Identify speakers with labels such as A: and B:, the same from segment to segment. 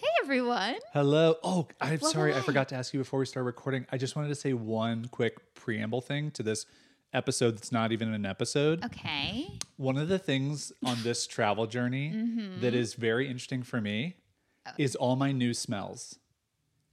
A: Hey, everyone.
B: Hello. Oh, I'm
A: Well,
B: sorry. I
A: hello.
B: forgot to ask you before we start recording. I just wanted to say one quick preamble thing to this episode that's not even an episode.
A: Okay.
B: One of the things on this travel journey
A: Mm-hmm.
B: that is very interesting for me
A: Oh.
B: is all my new smells.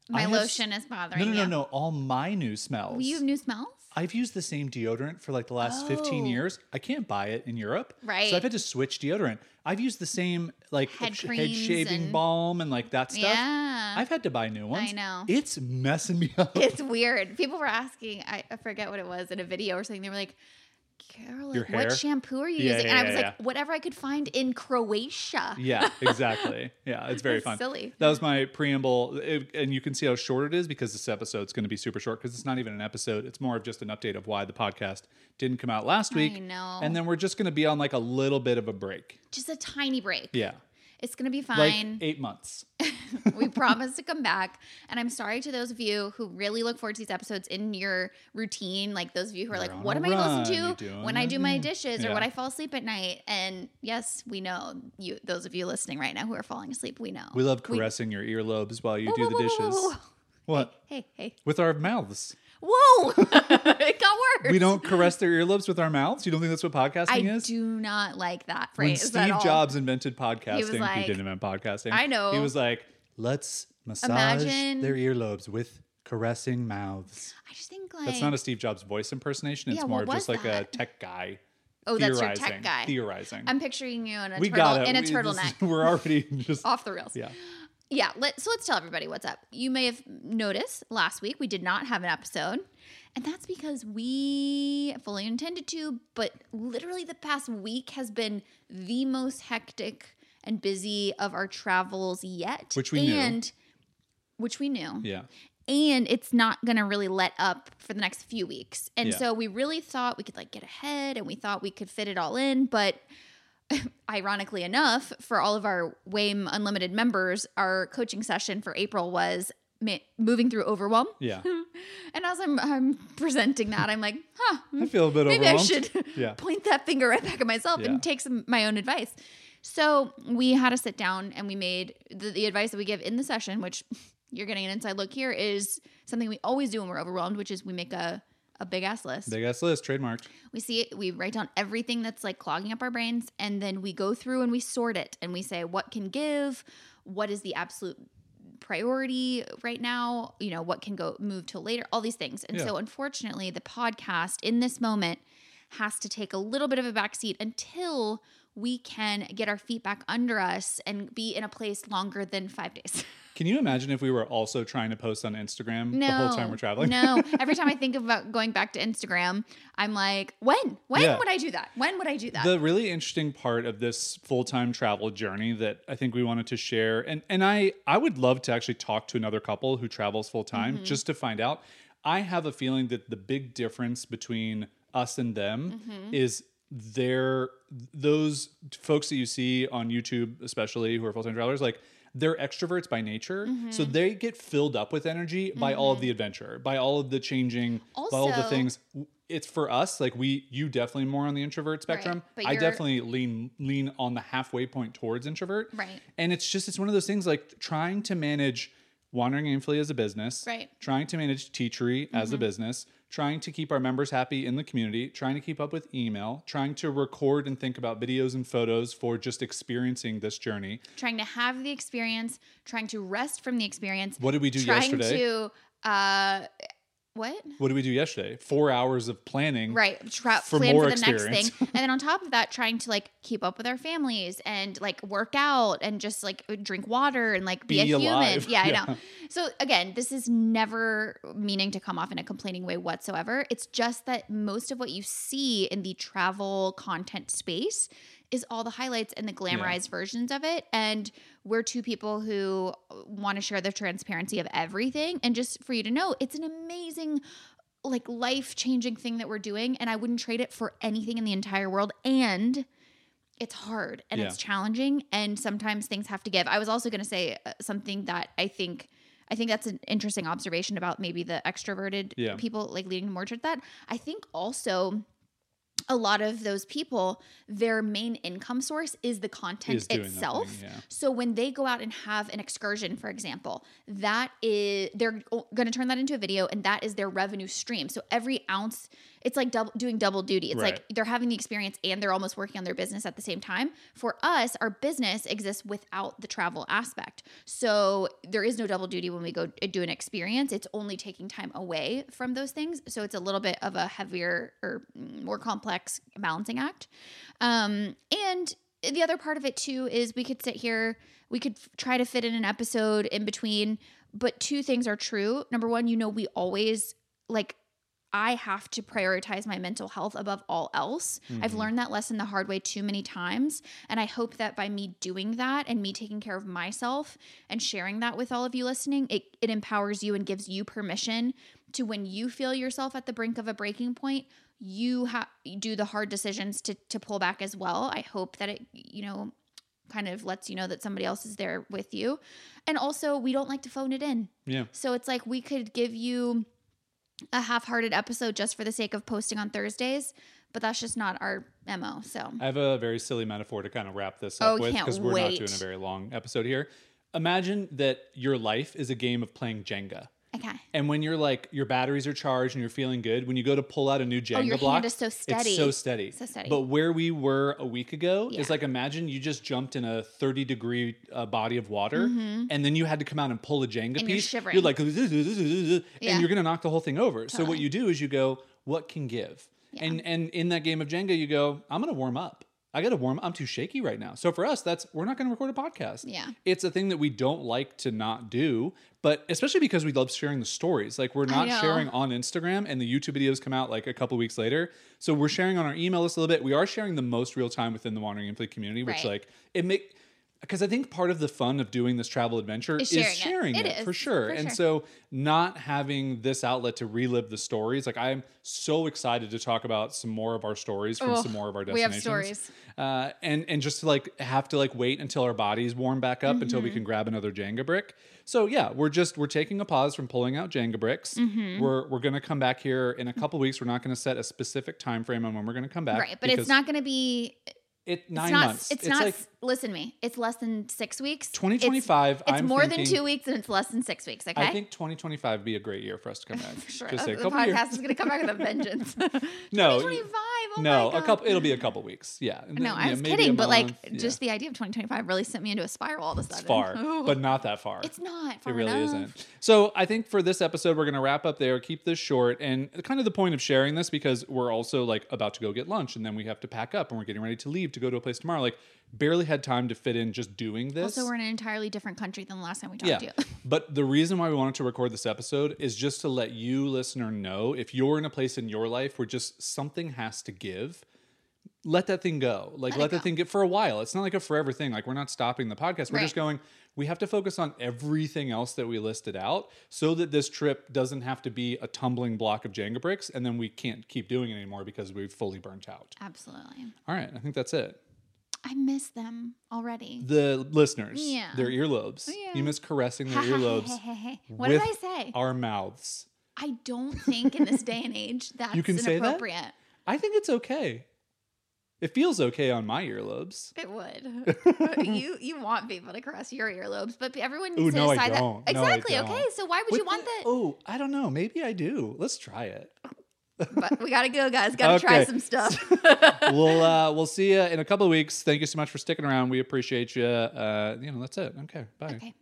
B: I
A: My
B: have s-
A: lotion is bothering
B: No, no,
A: you.
B: no, no. All my new smells.
A: Well, you have new smells?
B: I've used the same deodorant for like the last 15
A: Oh.
B: years. I can't buy it in Europe.
A: Right.
B: So I've had to switch deodorant. I've used the same like
A: Head
B: sh-
A: creams
B: shaving
A: and-
B: balm and like that stuff.
A: Yeah.
B: I've had to buy new ones.
A: know.
B: It's messing me up.
A: it's weird. People were asking, I, I forget what it was in a video or something. They were like, Carolyn,
B: Your
A: what
B: hair?
A: shampoo are you
B: Yeah,
A: using?
B: yeah,
A: and I
B: yeah,
A: was like,
B: yeah.
A: whatever I could find in Croatia.
B: yeah, exactly. Yeah, it's very
A: That's
B: fun.
A: silly.
B: That was my preamble. It- and you can see how short it is because this episode's going to be super short because it's not even an episode. It's more of just an update of why the podcast didn't come out last week.
A: know.
B: And then we're just going to be on like a little bit of a break.
A: Just a tiny break.
B: Yeah.
A: It's going to be
B: Like
A: fine.
B: eight months.
A: we promise to come back. And I'm sorry to those of you who really look forward to these episodes in your routine, like those of you who are
B: You're
A: like,
B: on
A: what
B: a
A: am I going to
B: run,
A: listen
B: you're
A: to
B: doing
A: when I
B: it,
A: do my
B: yeah.
A: dishes or
B: Yeah.
A: when I fall asleep at night? And yes, we know you, those of you listening right now who are falling asleep, we know.
B: We love caressing your earlobes while you do
A: Whoa,
B: the
A: whoa, whoa,
B: dishes.
A: whoa, whoa, whoa.
B: What?
A: Hey, hey.
B: With our mouths.
A: Whoa! it got worse.
B: We don't caress their earlobes with our mouths. You don't think that's what podcasting
A: I
B: is?
A: do not like that
B: when
A: phrase at
B: Steve
A: all.
B: Jobs invented podcasting, he,
A: was like,
B: didn't invent podcasting.
A: I know.
B: He was like, let's massage
A: Imagine-
B: their earlobes with caressing mouths.
A: I just think like
B: That's not a Steve Jobs voice impersonation. It's
A: Yeah,
B: more
A: what
B: of just
A: was
B: like
A: that?
B: a tech guy.
A: Oh, that's your tech guy.
B: Theorizing.
A: I'm picturing you in a
B: we
A: turtle
B: got it.
A: in a
B: We- this
A: turtleneck,
B: is- we're already just
A: off the rails.
B: yeah.
A: Yeah, let, so let's tell everybody what's up. You may have noticed last week we did not have an episode, and that's because we fully intended to, but literally the past week has been the most hectic and busy of our travels yet.
B: Which we knew.
A: and, Which we knew.
B: Yeah.
A: and it's not going to really let up for the next few weeks. And
B: Yeah.
A: so we really thought we could like get ahead and we thought we could fit it all in, but ironically enough, for all of our Wame Unlimited members, our coaching session for April was ma- moving through overwhelm.
B: Yeah.
A: And as I'm I'm presenting that, I'm like, huh,
B: I feel a bit
A: maybe I
B: overwhelmed.
A: should
B: Yeah.
A: point that finger right back at myself
B: Yeah.
A: and take some my own advice. So we had to sit down and we made the, the advice that we give in the session, which you're getting an inside look here, is something we always do when we're overwhelmed, which is we make a a big ass list.
B: Big ass list, trademarked.
A: We see it, we write down everything that's like clogging up our brains, and then we go through and we sort it and we say what can give, what is the absolute priority right now, you know, what can go move to later, all these things. And
B: Yeah.
A: so unfortunately, the podcast in this moment has to take a little bit of a backseat until we can get our feet back under us and be in a place longer than five days.
B: Can you imagine if we were also trying to post on Instagram the whole time we're traveling?
A: No. Every time I think about going back to Instagram, I'm like, when? When
B: Yeah.
A: would I do that? When would I do that?
B: The really interesting part of this full-time travel journey that I think we wanted to share, and and I I would love to actually talk to another couple who travels full-time
A: Mm-hmm.
B: just to find out. I have a feeling that the big difference between us and them
A: Mm-hmm.
B: is their those folks that you see on YouTube, especially who are full-time travelers, like they're extroverts by nature, so
A: Mm-hmm.
B: they get filled up with energy by all of the adventure, by all of the changing, by all of the
A: Also-
B: things. It's for us, like we, you definitely more on the introvert spectrum spectrum.
A: Right, but
B: I
A: you're-
B: definitely lean lean on the halfway point towards introvert.
A: Right.
B: And it's just it's one of those things like trying to manage wandering aimfully as a business.
A: Right. Mm-hmm.
B: Trying to manage teachery as a business. Trying to keep our members happy in the community. Trying to keep up with email. Trying to record and think about videos and photos for just experiencing this journey.
A: trying to have the experience, trying to rest from the experience.
B: What did we do
A: trying
B: yesterday?
A: to uh what?
B: what did we do yesterday? Four hours of planning.
A: Right. Tra-
B: For
A: plan for
B: more
A: the next
B: experience.
A: thing. And then on top of that, trying to like keep up with our families and like work out and just like drink water and like be,
B: Be
A: a
B: alive.
A: human. Yeah, I
B: Yeah.
A: know. So again, this is never meaning to come off in a complaining way whatsoever. It's just that most of what you see in the travel content space is all the highlights and the glamorized versions of it. And we're two people who want to share the transparency of everything. And just for you to know, it's an amazing, like life changing thing that we're doing. And I wouldn't trade it for anything in the entire world. And it's hard and
B: Yeah.
A: it's challenging. And sometimes things have to give. I was also going to say uh, something that I think. I think that's an interesting observation about maybe the extroverted
B: Yeah.
A: people like leading more toward that. I think also a lot of those people, their main income source is the content
B: Is doing that thing,
A: itself.
B: yeah.
A: So when they go out and have an excursion, for example, that is they're going to turn that into a video, and that is their revenue stream. So every ounce, it's like double, doing double duty. It's like
B: Right.
A: they're having the experience and they're almost working on their business at the same time. For us, our business exists without the travel aspect, so there is no double duty when we go do an experience. It's only taking time away from those things, so it's a little bit of a heavier or more complex balancing act. Um, and the other part of it too is we could sit here, we could f- try to fit in an episode in between, but two things are true. Number one, you know, we always like, I have to prioritize my mental health above all else. I've
B: Mhm.
A: learned that lesson the hard way too many times. And I hope that by me doing that and me taking care of myself and sharing that with all of you listening, it, it empowers you and gives you permission to when you feel yourself at the brink of a breaking point, you ha- do the hard decisions to to pull back as well. I hope that it you know kind of lets you know that somebody else is there with you. And also, we don't like to phone it in.
B: Yeah.
A: So it's like we could give you a half-hearted episode just for the sake of posting on Thursdays, but that's just not our MO. So
B: I have a very silly metaphor to kind of wrap this
A: Oh,
B: up with
A: can't
B: because we're not doing
A: wait.
B: a very long episode here. Imagine that your life is a game of playing Jenga.
A: okay.
B: And when you're like your batteries are charged and you're feeling good, when you go to pull out a new Jenga
A: Oh, your
B: block,
A: hand is so steady.
B: it's so steady.
A: So steady.
B: But where we were a week ago
A: Yeah.
B: is like imagine you just jumped in a 30 degree uh, body of water, and then you had to come out and pull a Jenga
A: Mm-hmm. And you're
B: piece.
A: shivering.
B: You're like, and
A: Yeah.
B: you're gonna knock the whole thing over. So what
A: Totally.
B: you do is you go, what can give? And and in that game of Jenga, you go, I'm gonna warm up. I gotta warm. I'm too shaky right now. So for us, that's we're not gonna record a podcast.
A: Yeah.
B: it's a thing that we don't like to not do, but especially because we love sharing the stories. Like we're
A: I
B: not
A: know.
B: sharing on Instagram, and the YouTube videos come out like a couple weeks later. So we're sharing on our email list a little bit. We are sharing the most real time within the Wandering Infant community, which
A: Right.
B: like it make because I think part of the fun of doing this travel adventure
A: Is
B: is
A: sharing
B: sharing,
A: it. It
B: it,
A: is,
B: for sure.
A: for
B: and
A: sure.
B: so not having this outlet to relive the stories, like I'm so excited to talk about some more of our stories from
A: Oh,
B: some more of our
A: we have
B: destinations.
A: stories.
B: Uh, and and just to like have to like wait until our bodies warm back up until
A: Mm-hmm.
B: we can grab another Jenga brick. So yeah, we're just we're taking a pause from pulling out Jenga bricks.
A: Mm-hmm.
B: We're we're gonna come back here in a couple weeks. We're not gonna set a specific time frame on when we're gonna come back.
A: Right, but it's
B: because
A: not going to be it's
B: it nine
A: not
B: months.
A: it's, not
B: like
A: listen to me. It's less than 6 weeks. It's-
B: 2025.
A: It's,
B: I'm
A: more
B: thinking-
A: than 2 weeks and it's less than 6 weeks, okay?
B: I think 2025 would be a great year for us to come back.
A: For sure. Oh,
B: Just say a
A: the
B: couple
A: podcast
B: years.
A: is going to come back with a vengeance.
B: No,
A: 2025. Oh
B: no,
A: my God.
B: a couple. It'll be a couple weeks. Yeah. And
A: No,
B: then,
A: I
B: yeah,
A: was
B: maybe a
A: kidding, but like
B: month. Yeah.
A: just the idea of 2025 really sent me into a spiral all of a
B: It's
A: sudden.
B: far,
A: Ooh.
B: but not that far.
A: it's not far
B: It really
A: enough.
B: isn't. So I think for this episode, we're going to wrap up there, keep this short, and kind of the point of sharing this because we're also like about to go get lunch, and then we have to pack up, and we're getting ready to leave to go to a place tomorrow. Like barely had time to fit in just doing this.
A: Also, we're in an entirely different country than the last time we talked
B: yeah.
A: to you.
B: but the reason why we wanted to record this episode is just to let you, listener, know if you're in a place in your life where just something has to give, let that thing go. Like
A: Let it
B: let, that
A: go.
B: thing get for a while. It's not like a forever thing. Like we're not stopping the podcast. We're
A: Right.
B: just going, we have to focus on everything else that we listed out so that this trip doesn't have to be a tumbling block of Jenga bricks and then we can't keep doing it anymore because we've fully burnt out.
A: Absolutely.
B: All right. I think that's it.
A: I miss them already.
B: The listeners,
A: Yeah. Oh,
B: their earlobes.
A: Yeah.
B: You miss caressing their earlobes.
A: what did
B: with
A: I say?
B: Our mouths.
A: I don't think in this day and age that's
B: can say that?
A: inappropriate.
B: I think it's okay. It feels okay on my earlobes.
A: It would. you you want people to caress your earlobes, but everyone needs
B: Ooh,
A: to
B: no, I
A: decide
B: don't.
A: that
B: No, I
A: exactly. Okay,
B: don't.
A: so why would you want that?
B: Oh, I don't know. Maybe I do. Let's try it.
A: But we gotta go, guys. Gotta try
B: Okay.
A: some stuff.
B: we'll uh, we'll see you in a couple of weeks. Thank you so much for sticking around. We appreciate you. Uh, you know, that's it. Okay, bye.
A: okay,